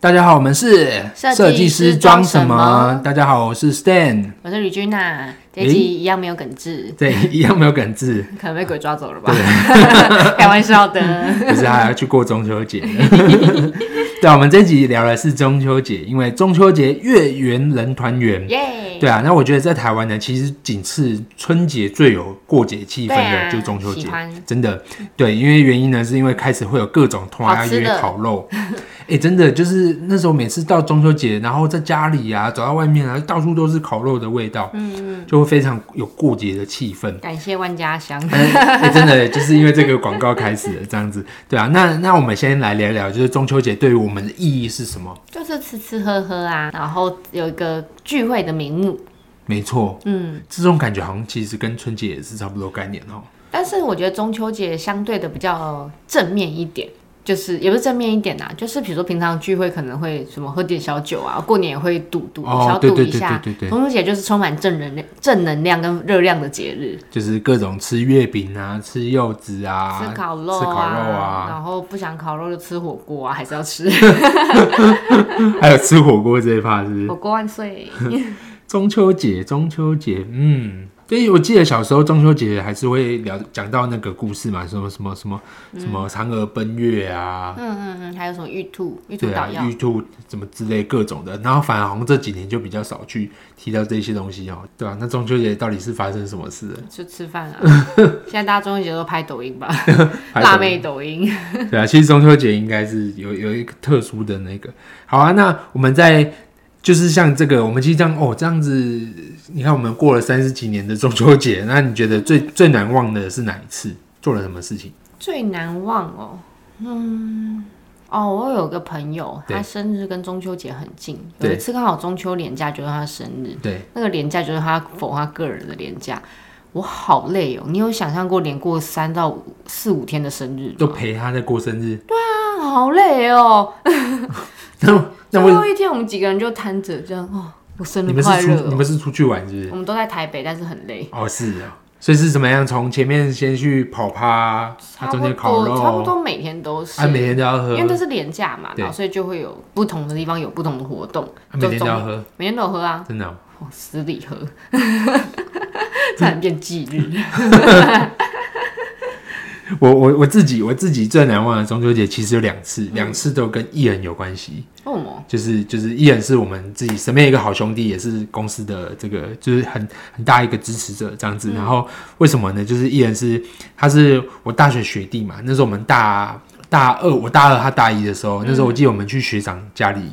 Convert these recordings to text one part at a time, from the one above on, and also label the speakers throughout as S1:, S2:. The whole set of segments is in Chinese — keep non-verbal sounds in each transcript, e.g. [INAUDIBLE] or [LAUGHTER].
S1: 大家好，我们是
S2: 设计师装什么
S1: 大家好，我是 Stan。
S2: 我是吕君娜，这一集一样没有耿志，
S1: 对，一样没有耿
S2: [LAUGHS]
S1: 志，
S2: 可能被鬼抓走了吧？ [LAUGHS] 开玩笑的。
S1: 可是还要去过中秋节 [LAUGHS] 呢。对啊，我们这集聊的是中秋节，因为中秋节月圆人团圆。[LAUGHS]
S2: 耶、
S1: 对啊，那我觉得在台湾呢，其实仅次春节最有过节气氛
S2: 对
S1: 的，
S2: 啊
S1: 就是中秋节
S2: 喜欢，
S1: 真的。对，因为原因呢，是因为开始会有各种通啊
S2: 好吃
S1: 约
S2: 的
S1: 烤肉，哎、真的就是那时候每次到中秋节，然后在家里啊，走到外面啊，到处都是烤肉的味道，嗯就会非常有过节的气氛。
S2: 感谢万家香。
S1: 哎真的就是因为这个广告开始的这样子，对啊，那那我们先来聊聊，就是中秋节对于我们的意义是什么？
S2: 就是吃吃喝喝啊，然后有一个聚会的名目，
S1: 没错，
S2: 嗯，
S1: 这种感觉好像其实跟春节也是差不多概念哦。
S2: 但是我觉得中秋节相对的比较正面一点。就是也不是正面一点呐、就是比如说平常聚会可能会什么喝点小酒啊，过年也会赌赌、
S1: 哦
S2: 小
S1: 对
S2: 赌
S1: 对
S2: 一
S1: 对
S2: 下。
S1: 对对对
S2: 中秋节就是充满正能量、正能量跟热量的节日。
S1: 就是各种吃月饼啊，吃柚子啊，
S2: 吃烤肉啊，
S1: 吃烤肉啊，
S2: 然后不想烤肉就吃火锅啊，还是要
S1: [LAUGHS]
S2: 吃
S1: 还有吃火锅这一趴是不是
S2: 火锅万岁。
S1: 中秋节，中秋节，嗯，对，我记得小时候中秋节还是会聊讲到那个故事嘛，什么什么什么什么嫦娥奔月啊，
S2: 嗯嗯嗯，还有什么玉兔、玉兔
S1: 对啊
S2: 捣，药？
S1: 玉兔什么之类各种的，然后反而好像这几年就比较少去提到这些东西哦、对啊，那中秋节到底是发生什么事了？
S2: 就吃饭
S1: [LAUGHS]
S2: 啊！现在大家中秋节都拍抖音吧，
S1: 还有什
S2: 辣
S1: 么
S2: 妹抖音。 [LAUGHS]
S1: 对啊，其实中秋节应该是有有一个特殊的那个。好啊，那我们在就是像这个，我们其实这样哦，这样子，你看我们过了三十几年的中秋节，那你觉得最最难忘的是哪一次？做了什么事情？
S2: 最难忘哦，嗯，哦，我有个朋友，
S1: 对
S2: 他生日跟中秋节很近，
S1: 对
S2: 有一次刚好中秋连假就是他生日，
S1: 对，
S2: 那个连假就是他否他个人的连假。我好累哦！你有想象过连过三到五四五天的生日吗？
S1: 都陪他在过生日。
S2: 啊，好累哦！
S1: 那那
S2: 最
S1: 为
S2: 后一天，我们几个人就摊着这样哦，我生
S1: 你
S2: 日
S1: 们是
S2: 快
S1: 出
S2: 乐
S1: 你
S2: 哦。
S1: 们是出去玩是不是？
S2: 我们都在台北，但是很累，
S1: 哦，是啊。所以是怎么样？从前面先去跑趴，啊、
S2: 差
S1: 中
S2: 不
S1: 间烤
S2: 多差不
S1: 肉，
S2: 多每天都是，
S1: 啊，每天都要喝，
S2: 因为这是廉价嘛，
S1: 对
S2: 然后所以就会有不同的地方有不同的活动，
S1: 啊每天都要
S2: 就
S1: 喝，
S2: 每天都有喝啊，
S1: 真的哦、
S2: 往死里
S1: [LAUGHS]
S2: 喝，差点变忌日。
S1: 我我我自己我自己最难忘的中秋节其实有两次，两次都跟艺人有关系。
S2: 为什么？
S1: 就是就是艺人是我们自己身边一个好兄弟，也是公司的这个就是很很大一个支持者这样子。然后为什么呢？就是艺人是他是我大学学弟嘛，那时候我们大大二，我大二他大一的时候，那时候我记得我们去学长家里。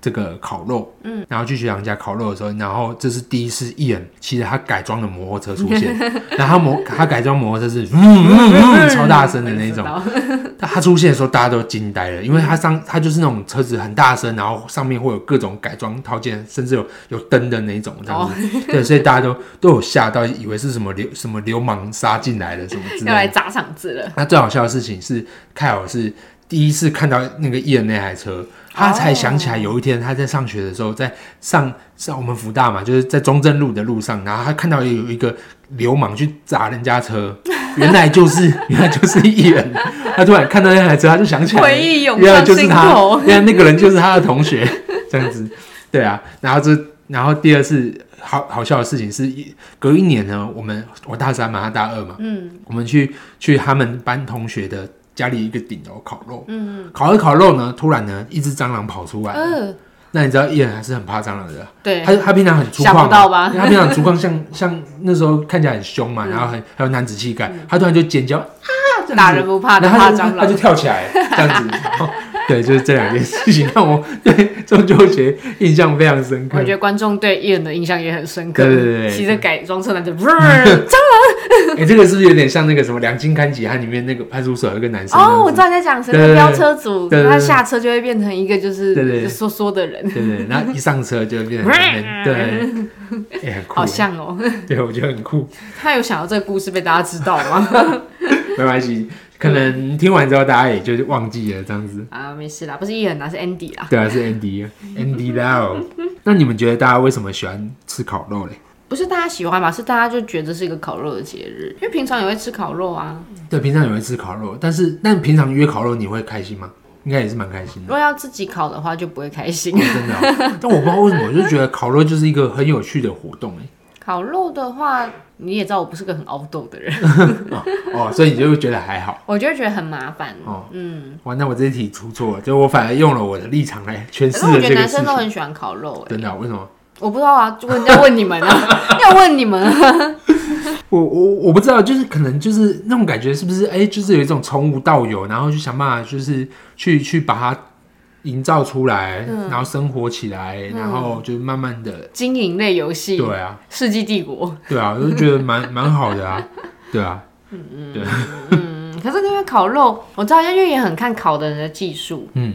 S1: 这个烤肉，嗯，然后去学长家烤肉的时候，然后这是第一次艺人骑着他改装的摩托车出现，然后他摩他改装摩托车是嗯嗯嗯超大声的那种，
S2: 我也不知道
S1: 但他出现的时候，大家都惊呆了，因为他上他就是那种车子很大声，然后上面会有各种改装套件，甚至有有灯的那一种这样
S2: 哦
S1: 子， [LAUGHS] 对，所以大家都都有吓到，以为是什么流什么流氓杀进来了什么之
S2: 要来
S1: 类的。
S2: 砸场子了。
S1: 那最好笑的事情是，凯尔是第一次看到那个艺 E 人那台车，他才想起来有一天他在上学的时候，在上上我们福大嘛，就是在中正路的路上，然后他看到有一个流氓去砸人家车，原来就是 [LAUGHS] 原来就是艺人，他突然看到那台车，他就想起来了，
S2: 回忆涌
S1: 原来
S2: 上
S1: 就是
S2: 心
S1: 他
S2: 头，
S1: 原来那个人就是他的同学， [LAUGHS] 这样子，对啊，然后这然后第二次好好笑的事情是，隔一年呢，我们我大三嘛，他大二嘛，嗯，我们去去他们班同学的家里一个顶楼烤肉，嗯，烤着烤肉呢，突然呢，一只蟑螂跑出来了，
S2: 嗯，
S1: 那你知道艺人还是很怕蟑螂的，
S2: 对，
S1: 他他平常很粗犷嘛，
S2: 想不到吧
S1: 因
S2: 嗯
S1: 为他平常粗犷像像那时候看起来很凶嘛，然后很很有男子气概，他突然就尖叫啊，这样子
S2: 打人不怕，只
S1: 然后他
S2: 怕
S1: 就
S2: 蟑
S1: 他就
S2: 螂。
S1: 跳起来这样
S2: [LAUGHS]
S1: 子，然后对，就是这两件事情让我对中秋节印象非常深刻
S2: 我觉。得观众对艺人的印象也很深刻。
S1: 对对对对
S2: 骑着改装车
S1: [LAUGHS]
S2: 男的，嗡
S1: 哎、这个是不是有点像那个什么《两金刊集》它里面那个派出所有一个男生？
S2: 哦，我知道你在讲谁，
S1: 对对
S2: 那
S1: 对
S2: 飙车族，
S1: 对对对
S2: 他下车就会变成一个就是
S1: 对对对
S2: 就缩缩的人，
S1: 对对，然后一上车就变成男人，对，
S2: [LAUGHS]
S1: 哎也、很酷，欸
S2: 好像哦。
S1: 对我觉得很酷。
S2: 他有想到这个故事被大家知道吗？
S1: [LAUGHS] 没关系，可能听完之后大家也就忘记了这样子。
S2: 啊，没事啦，不是艺人啦，是 Andy
S1: [LAUGHS]
S2: 啦。
S1: 对啊，是 Andy，Andy Lau。那你们觉得大家为什么喜欢吃烤肉嘞？
S2: 不是大家喜欢嘛，是大家就觉得是一个烤肉的节日，因为平常也会吃烤肉啊。
S1: 对，平常也会吃烤肉，但是但平常约烤肉你会开心吗？应该也是蛮开心 [LAUGHS] 的，哦
S2: 如果要自己烤的话，就不会开心。 [LAUGHS]
S1: 真的哦、但我不知道为什么，我就觉得烤肉就是一个很有趣的活动哎、
S2: 烤肉的话，你也知道我不是个很凹豆的人， [LAUGHS]
S1: 哦，所以你就会觉得还好。
S2: 我就会觉得很麻烦。
S1: 哦
S2: 嗯，
S1: 哇，那我这一题出错了，就我反而用了我的立场来诠释
S2: 可是我
S1: 了这
S2: 觉得
S1: 个
S2: 男
S1: 事
S2: 生都
S1: 情。
S2: 很喜欢烤肉、欸，
S1: 真的哦、为什么？
S2: 我不知道啊，就问要问你们啊， [LAUGHS] 要问你们啊。
S1: 我我我不知道，就是可能就是那种感觉，是不是？哎、就是有一种从无到有，然后就想办法，就是去去把它营造出来，
S2: 嗯
S1: 然后生活起来，然后就慢慢的，
S2: 经营类游戏，
S1: 对啊，
S2: 世纪帝国》
S1: 对啊，我就觉得蛮蛮好的啊，对啊，
S2: 嗯。可是因为烤肉，我知道因为也很看烤的人的技术，
S1: 嗯，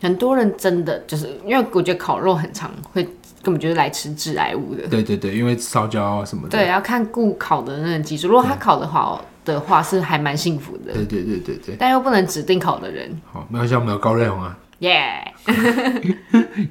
S2: 很多人真的就是因为我觉得烤肉很常会根本就是来吃致癌物的。
S1: 对对对，因为烧焦啊什么的，
S2: 对，要看顾烤的那个技术。如果他烤的好的话，是还蛮幸福的，
S1: 对对对对对，
S2: 但又不能指定烤的人，
S1: 好，没关系，我们有高瑞红啊， [LAUGHS]
S2: 耶、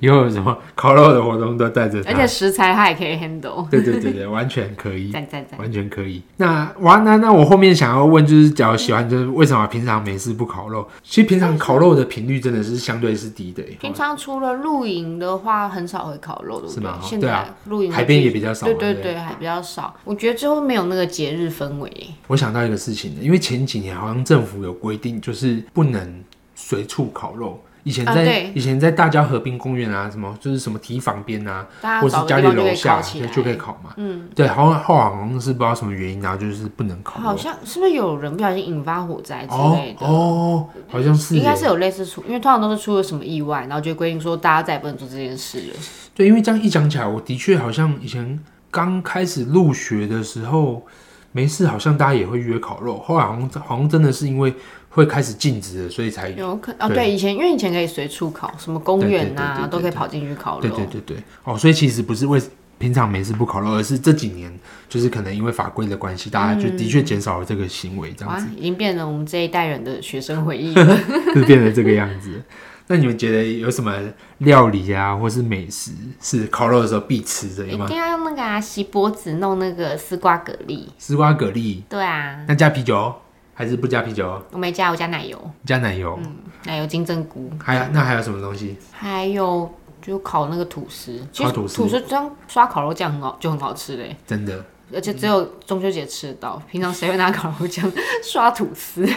S1: 以后有什么烤肉的活动都带着
S2: 而且
S1: 他，
S2: 食材他也可以 handle，
S1: 对对对对，完全可以。
S2: 赞赞赞。
S1: 完全可以。那哇，那那我后面想要问，就是假如喜欢，就是为什么平常没事不烤肉？其实平常烤肉的频率真的是相对是低的耶，欸
S2: 平常除了露营的话，很少会烤肉，对不
S1: 是
S2: 对
S1: 吗？
S2: 现
S1: 对
S2: 在
S1: 啊
S2: 露营
S1: 海边也比较少嘛
S2: 对对
S1: 对
S2: 对，还比较少。我觉得之后没有那个节日氛围耶。
S1: 我想到一个事情呢，因为前几年好像政府有规定，就是不能随处烤肉。以前
S2: 啊
S1: 在、
S2: 对
S1: 以前在大家河滨公园啊，什么就是什么堤防边啊，
S2: 大
S1: 或
S2: 家
S1: 是
S2: 找
S1: 家
S2: 个地
S1: 里
S2: 方就
S1: 楼
S2: 可以
S1: 下
S2: 烤起
S1: 就
S2: 来，
S1: 就可以烤嘛。嗯，对，好像后来好像是不知道什么原因，然后就是不能烤肉。
S2: 好像是不是有人不小心引发火灾之
S1: 哦
S2: 类的？
S1: 哦，好像是耶
S2: 应该是有类似出，因为通常都是出了什么意外，然后就会规定说大家再也不能做这件事了。
S1: 对，因为这样一讲起来，我的确好像以前刚开始入学的时候，没事，好像大家也会约烤肉。后来好像好像真的是因为会开始禁止了，所以才
S2: 有可哦，
S1: 对
S2: 对，以前因为以前可以随处烤，什么公园
S1: 对对对对
S2: 呐、
S1: 对
S2: 都可以跑进去烤肉。
S1: 对对对对哦，所以其实不是为平常没事不烤肉，而是这几年就是可能因为法规的关系，大家就的确减少了这个行为，这样
S2: 嗯哇
S1: 子、，
S2: 已经变成我们这一代人的学生回忆。
S1: [LAUGHS] 就变成这个样子。 [LAUGHS] 那你们觉得有什么料理啊，或是美食是烤肉的时候必吃的？有
S2: 一
S1: 吗？
S2: 定要用那个啊，洗脖子弄那个丝瓜蛤蜊。
S1: 丝瓜蛤蜊，
S2: 对啊，
S1: 那加啤酒还是不加啤酒？
S2: 我没加，我加奶油，
S1: 加奶油？
S2: 奶油金针菇，
S1: 还有那还有什么东西？
S2: 还有就烤那个吐司。其
S1: 烤
S2: 实
S1: 吐
S2: 吐
S1: 司
S2: 司这样刷烤肉酱很好，就很好吃嘞。
S1: 真的，
S2: 而且只有中秋节吃得到，
S1: [LAUGHS]
S2: 平常谁会拿烤肉酱刷吐司？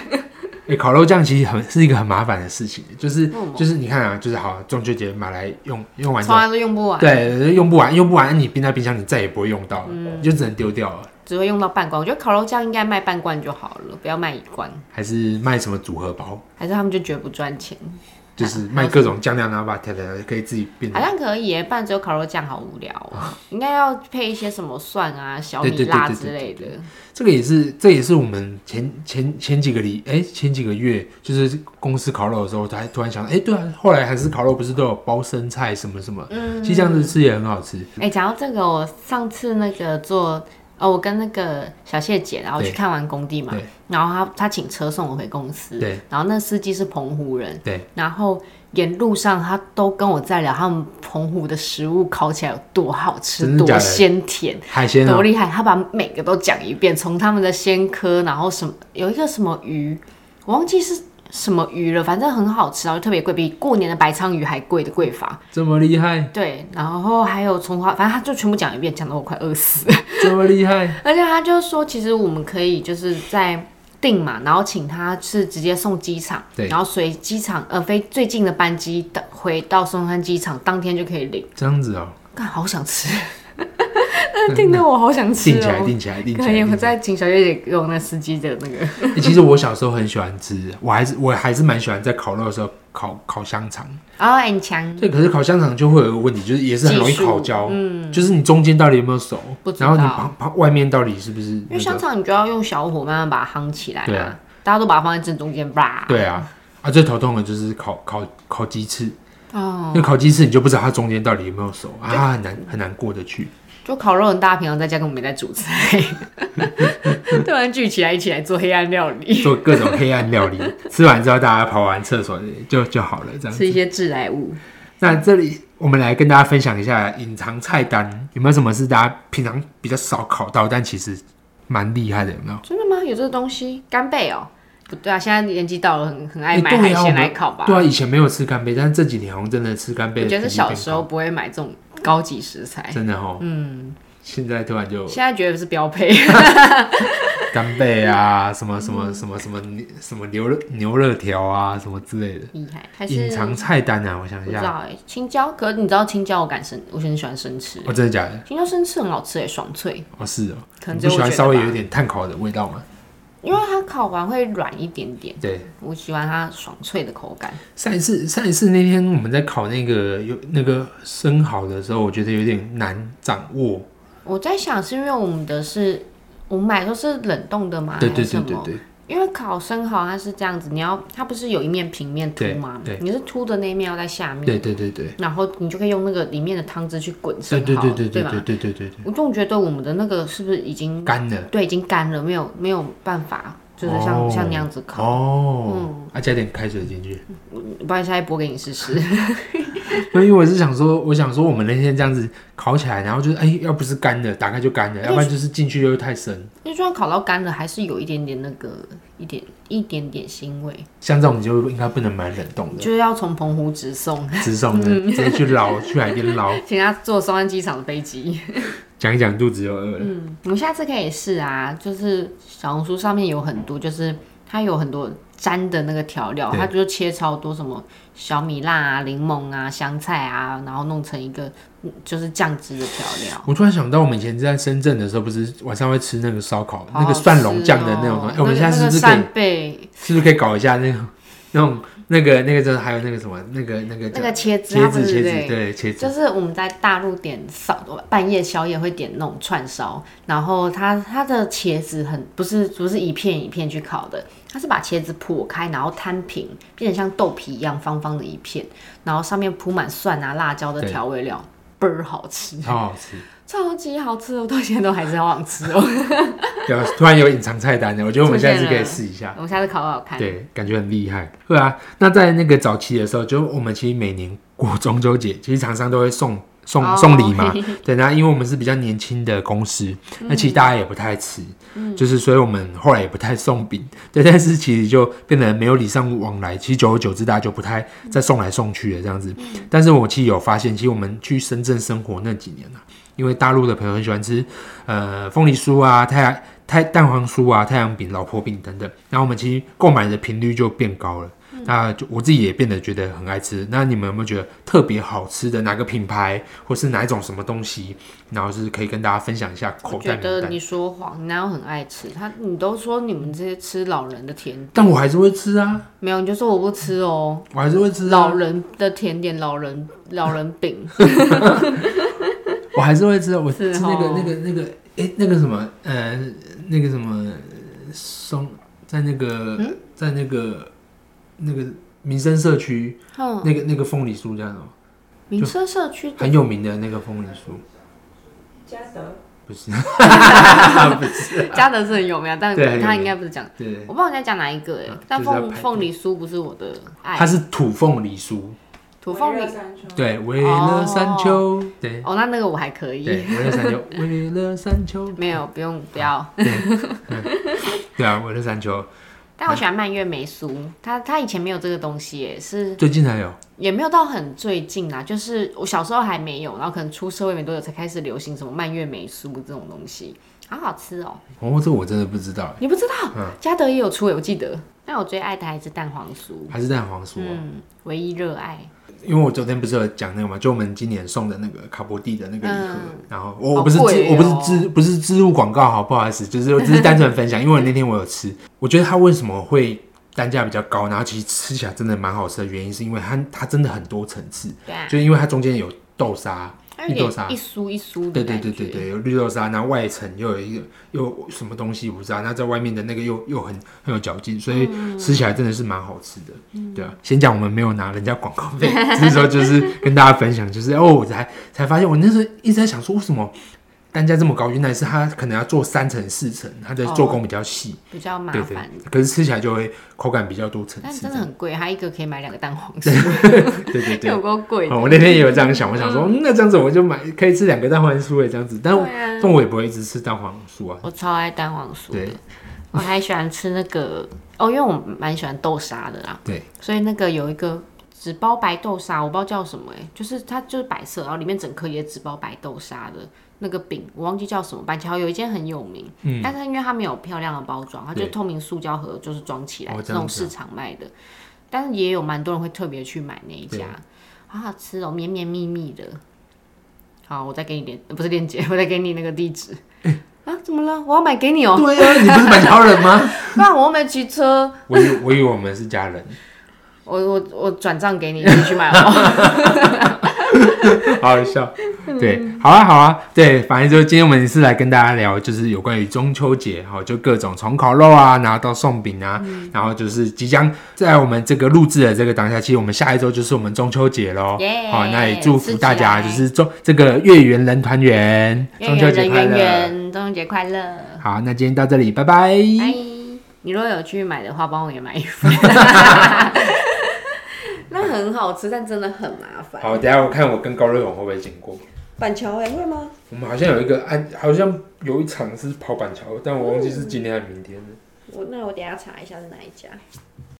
S1: 哎、烤肉酱其实很是一个很麻烦的事情，就是
S2: 为什么
S1: 就是你看啊，就是好中秋节买来用用完之
S2: 从
S1: 后，
S2: 来都用不完，
S1: 对，用不完用不完，你冰在冰箱你再也不会用到了，
S2: 嗯
S1: 你就只能丢掉了。
S2: 只会用到半罐。我觉得烤肉酱应该卖半罐就好了，不要卖一罐，
S1: 还是卖什么组合包，
S2: 还是他们就觉得不赚钱？
S1: 嗯就是
S2: 啊
S1: 卖各种酱料，然后把它调调调可以自己变
S2: 好
S1: 成。
S2: 像可以耶，不然只有烤肉酱好无聊哦。应该要配一些什么蒜啊、小
S1: 对对
S2: 米
S1: 对
S2: 辣
S1: 对
S2: 之
S1: 对
S2: 类的。
S1: 这个也是，这也是我们前前前几个礼，哎、前几个月就是公司烤肉的时候，才突然想，哎、对啊，后来韩式烤肉不是都有包生菜什么什么，
S2: 嗯
S1: 其实这样子吃也很好吃。
S2: 哎、讲到这个，我上次那个做，哦，我跟那个小谢姐，然后
S1: 对
S2: 去看完工地嘛
S1: 对，
S2: 然后她她请车送我回公司，
S1: 对，
S2: 然后那司机是澎湖人，
S1: 对，
S2: 然后沿路上他都跟我在聊他们澎湖的食物烤起来有多好
S1: 真
S2: 吃，
S1: 的假
S2: 多
S1: 的
S2: 鲜甜。
S1: 海鲜啊、
S2: 多厉害！他把每个都讲一遍，从他们的鲜科，然后什么有一个什么鱼，我忘记是什么鱼了，反正很好吃，然后特别贵，比过年的白鲳鱼还贵的贵法。
S1: 这么厉害，
S2: 对，然后还有葱花，反正他就全部讲一遍，讲得我快饿死。
S1: 这么厉害。
S2: 而且他就说，其实我们可以就是在订嘛，然后请他是直接送机场，
S1: 对
S2: 然后随机场呃飞最近的班机的回到松山机场，当天就可以领。
S1: 这样子哦、
S2: 干，好想吃， [LAUGHS] 听得我好想吃
S1: 定起来，
S2: 哦。
S1: 定起来，定起
S2: 可
S1: 来。
S2: 以，
S1: 定
S2: 我
S1: 起来
S2: 再请小月姐给我那司机的那个。
S1: 欸其实我小时候很喜欢吃，我还是我还是蛮喜欢在烤肉的时候烤烤香肠。
S2: 然后很强，
S1: 对，可是烤香肠就会有一个问题，就是也是很容易
S2: 技术
S1: 烤焦，嗯，就是你中间到底有没有熟
S2: 不，知
S1: 然后你
S2: 道
S1: 旁旁外面到底是不是、
S2: 因
S1: 那
S2: 为香
S1: 个？
S2: 肠你就要用小火慢慢把它夯起来
S1: 对
S2: 啊
S1: 啊，
S2: 大家都把它放在正中间吧。
S1: 对啊，啊最头痛的就是烤烤烤鸡翅，
S2: 哦，
S1: 因为烤鸡翅你就不知道它中间到底有没有熟啊，很难很难过得去。
S2: 就烤肉很大，平常在家根本没在煮菜， [LAUGHS] 突然聚起来一起来做黑暗料理，
S1: 做各种黑暗料理， [LAUGHS] 吃完之后大家跑完厕所就就好了，这样子
S2: 吃一些致癌物。
S1: 那这里我们来跟大家分享一下隐藏菜单，有没有什么是大家平常比较少考到，但其实蛮厉害的，有没有？
S2: 真的吗？有这个东西？干贝哦，不对啊，现在年纪到了很，很爱
S1: 哎
S2: 买
S1: 对啊
S2: 海鲜
S1: 我
S2: 来烤吧。哦
S1: 对啊，以前没有吃干贝，但是这几年好像真的吃干贝
S2: 我
S1: 的
S2: 觉
S1: 频率变
S2: 得
S1: 高。
S2: 是小时候不会买这种高级食材，
S1: 真的哦，嗯，现在突然就
S2: 现在觉得是
S1: [LAUGHS]
S2: 标配。
S1: 干贝啊， [LAUGHS] 什么什么
S2: 嗯
S1: 什么什么什么牛肉牛肉条啊，什么之类的，
S2: 厉害，还是
S1: 隐藏菜单啊，我想
S2: 不
S1: 一
S2: 知
S1: 下，
S2: 道哎、青椒。可是你知道青椒，我敢生，我很喜欢生吃。
S1: 哦，真的假的？
S2: 青椒生吃很好吃哎、爽脆，
S1: 哦，是哦，
S2: 可能
S1: 你
S2: 只
S1: 不喜
S2: 有我
S1: 欢
S2: 觉
S1: 稍
S2: 得
S1: 微
S2: 吧
S1: 有一点碳烤的味道吗？
S2: 因为它烤完会软一点点，
S1: 对，
S2: 我喜欢它爽脆的口感。
S1: 上一次上一次那天我们在烤那个有那个生蚝的时候，我觉得有点难掌握。
S2: 我在想是因为我们的是，我们买都是冷冻的吗？
S1: 对对
S2: 还是什
S1: 对
S2: 么
S1: 对对，
S2: 因为烤生蚝它是这样子，你要它不是有一面平面凸
S1: 对
S2: 吗
S1: 对？
S2: 你是凸的那一面要在下面，
S1: 对对对对。
S2: 然后你就可以用那个里面的汤汁去滚
S1: 对
S2: 生
S1: 对
S2: 蚝，
S1: 对对对
S2: 吧
S1: 对？对对对
S2: 我总觉得我们的那个是不是已经
S1: 对，干的
S2: 对已经干了，没有没有办法，就是像、
S1: 哦
S2: 像那样子烤。
S1: 哦，啊，加点开水进去。
S2: 不然下一波给你
S1: [LAUGHS]
S2: 试试。
S1: 所以我是想说，我想说我们那天这样子烤起来，然后就是哎，要不是干的，打开就干了，要不然就是进去又太深。
S2: 因为就算烤到干了，还是有一点点那个一点一点点腥味，
S1: 像这种你就应该不能买冷冻的，
S2: 就是要从澎湖直送，
S1: 直送的，直接去捞，去海边捞。
S2: 请他坐松山机场的飞机。
S1: 讲一讲，肚子又饿了。
S2: 嗯，我们下次可以试啊，就是小红书上面有很多，就是它有很多沾的那个调料，
S1: 对
S2: 它就切超多什么小米辣啊、柠檬啊、香菜啊，然后弄成一个嗯就是酱汁的调料。
S1: 我突然想到，我们以前在深圳的时候，不是晚上会吃那个烧烤，那
S2: 好好
S1: 个
S2: 吃
S1: 蒜蓉酱的那种东
S2: 哦
S1: 西。哎我们
S2: 那
S1: 现
S2: 个
S1: 在是
S2: 那
S1: 不
S2: 个
S1: 是可以
S2: 扇贝，
S1: 是不是可以搞一下那种那种那个那个真的还有那个什么那个那个
S2: 那
S1: 叫
S2: 个茄子，它
S1: 茄
S2: 不
S1: 子
S2: 是
S1: 茄
S2: 对
S1: 子对茄
S2: 就
S1: 子，
S2: 是我们在大陆点烧，半夜宵夜会点那种串烧，然后它它的茄子很不是不是一片一片去烤的，它是把茄子剖开，然后摊平，变成像豆皮一样方方的一片，然后上面铺满蒜啊辣椒的
S1: 对
S2: 调味料，倍儿好吃，
S1: 超好吃。
S2: 超级好吃，我到现在都还是好
S1: [LAUGHS]
S2: 想吃哦。
S1: 对啊，突然有隐藏菜单的，我觉得我们
S2: 出现
S1: 下次可以
S2: 了
S1: 试一下。
S2: 我们下次烤烤看，
S1: 对，感觉很厉害。对啊，那在那个早期的时候，就我们其实每年过中秋节，其实厂商都会送送、
S2: 哦
S1: 送礼嘛。
S2: [LAUGHS]
S1: 对，然后因为我们是比较年轻的公司，
S2: 嗯
S1: 那其实大家也不太吃，就是所以我们后来也不太送饼。对，但是其实就变得没有礼尚往来。其实久而久之，大家就不太再送来送去了这样子。
S2: 嗯
S1: 但是我其实有发现，其实我们去深圳生活那几年啊，因为大陆的朋友很喜欢吃呃凤梨酥啊、太阳太蛋黄酥啊、太阳饼、老婆饼等等，然后我们其实购买的频率就变高了。
S2: 嗯
S1: 那就我自己也变得觉得很爱吃。那你们有没有觉得特别好吃的哪个品牌，或是哪一种什么东西，然后是可以跟大家分享一下口
S2: 我
S1: 袋
S2: 觉
S1: 名
S2: 得
S1: 单？
S2: 你说谎，你哪有很爱吃？他你都说你们这些吃老人的甜，
S1: 但我还是会吃啊，
S2: 没有你就说我不吃哦。
S1: 我还是会吃啊
S2: 老，人的甜点，老人老人
S1: [LAUGHS]
S2: 饼，
S1: 我还是会吃啊。我吃
S2: 是
S1: 那个
S2: 哦
S1: 那个那个，诶，那个什么，呃，那个什么呃松，在那个、
S2: 嗯
S1: 在那个那个民生社区，
S2: 哼，
S1: 那个那个凤梨酥叫什么？
S2: 民生社区的
S1: 很有名的那个凤梨酥，
S3: 嘉德，
S1: 不
S2: [LAUGHS]
S1: 是？
S2: 嘉德是很有名啊，但
S1: 对很有名
S2: 他应该不是讲，
S1: 对，
S2: 我不知道你在讲哪一个哎
S1: 啊，
S2: 但
S1: 就是要
S2: 凤
S1: 排队
S2: 凤梨酥不是我的爱
S1: 它，是土凤梨酥。
S2: 土凤梨
S3: 微热山丘，
S1: 对，为了山丘，对
S2: 哦，那那个我还哦可
S1: 对
S2: 以，，
S1: 为了山丘，为了山丘，
S2: 没有不用不要，
S1: 对啊，为了山丘，
S2: 但我喜欢蔓越莓酥，它它以前没有这个东西哎，是
S1: 最近才有，
S2: 也没有到很最近啊，就是我小时候还没有，然后可能出社会没多久才开始流行什么蔓越莓酥这种东西，好好吃哦。
S1: 哦，这我真的不知道，
S2: 你不知道，
S1: 嗯
S2: 嘉德也有出，我记得。但我最爱的还是蛋黄酥，
S1: 还是蛋黄酥哦，
S2: 嗯，唯一热爱。
S1: 因为我昨天不是有讲那个嘛，就我们今年送的那个卡波蒂的那个礼盒
S2: 嗯，
S1: 然后我我
S2: 好
S1: 不是
S2: 贵
S1: 支
S2: 哦
S1: 我不是支不是支入广告，好不好意思，就是我只是单纯
S2: [LAUGHS]
S1: 分享，因为我那天我有吃，我觉得它为什么会单价比较高，然后其实吃起来真的蛮好吃的原因，是因为它它真的很多层次，
S2: 对啊，
S1: 就是因为它中间有豆沙，
S2: 它有
S1: 绿
S2: 点
S1: 豆沙
S2: 一酥一酥的
S1: 对对对对
S2: 感觉，
S1: 对，有绿豆沙，然后外层又有一个又什么东西不知道，那在外面的那个又又很很有嚼劲，所以
S2: 嗯
S1: 吃起来真的是蛮好吃的，对啊。先讲我们没有拿人家广告
S2: [LAUGHS]
S1: 费，只是说就是跟大家分享，就是哦，我才才发现，我那时候一直在想说为什么。单价这么高，原来是它可能要做三层四层，它的做工比较细，
S2: 比较哦麻
S1: 对对
S2: 烦。。
S1: 可是吃起来就会口感比较多层
S2: 但
S1: 次
S2: 真的
S1: 这样，
S2: 很贵，它一个可以买两个蛋黄酥，
S1: 对对对。
S2: [LAUGHS] 有够贵的。
S1: 哦，我那天也有这样想，我想说，嗯那这样子我就买可以吃欸两个蛋黄酥诶，这样子，但我
S2: 对啊
S1: 但我也不会一直吃蛋黄酥啊，
S2: 我超爱蛋黄酥
S1: 对
S2: 的，我还喜欢吃那个哦，因为我蛮喜欢豆沙的啦，
S1: 对，
S2: 所以那个有一个纸包白豆沙，我不知道叫什么哎、就是它就是白色，然后里面整颗也纸包白豆沙的那个饼，我忘记叫什么，板桥有一间很有名，嗯，但是因为它没有漂亮的包装，它就
S1: 对
S2: 透明塑胶盒就是装起来，
S1: 哦这
S2: 那
S1: 样
S2: 种
S1: 子啊
S2: 市场卖的，但是也有蛮多人会特别去买那一家，好好吃哦，绵绵密密的。好，我再给你链，呃不是链接， [LAUGHS] 我再给你那个地址。啊，怎么了？我要买给 [LAUGHS] 你哦、
S1: [LAUGHS] 对啊，你不是板桥人吗？
S2: 不然我又没骑车，
S1: [LAUGHS] 我以我以为我们是家人。
S2: 我我我转账给你，你去买 [LAUGHS] 哦。
S1: 好好笑。对，好啊，好啊，对，反正就是今天我们是来跟大家聊，就是有关于中秋节，哈，就各种从烤肉啊，然后到送饼啊，然后就是即将在我们这个录制的这个当下，其实我们下一周就是我们中秋节喽
S2: 耶，
S1: 好，那也祝福大家
S2: 吃
S1: 就
S2: 起来
S1: 是中这个月圆人团圆，中秋节快
S2: 圆
S1: 乐。
S2: 圆，中秋节快乐！
S1: 好，那今天到这里，拜拜。
S2: 拜。你如果有去买的话，帮我也买一份。那很好吃，但真的很麻烦。
S1: 好，等一下我看我跟高瑞勇会不会经过。
S3: 板桥哎、会吗？
S1: 我们好像有一个安，好像有一场是跑板桥，但我忘记是今天还是明天了。
S3: 我那我等一下查一下是哪一家。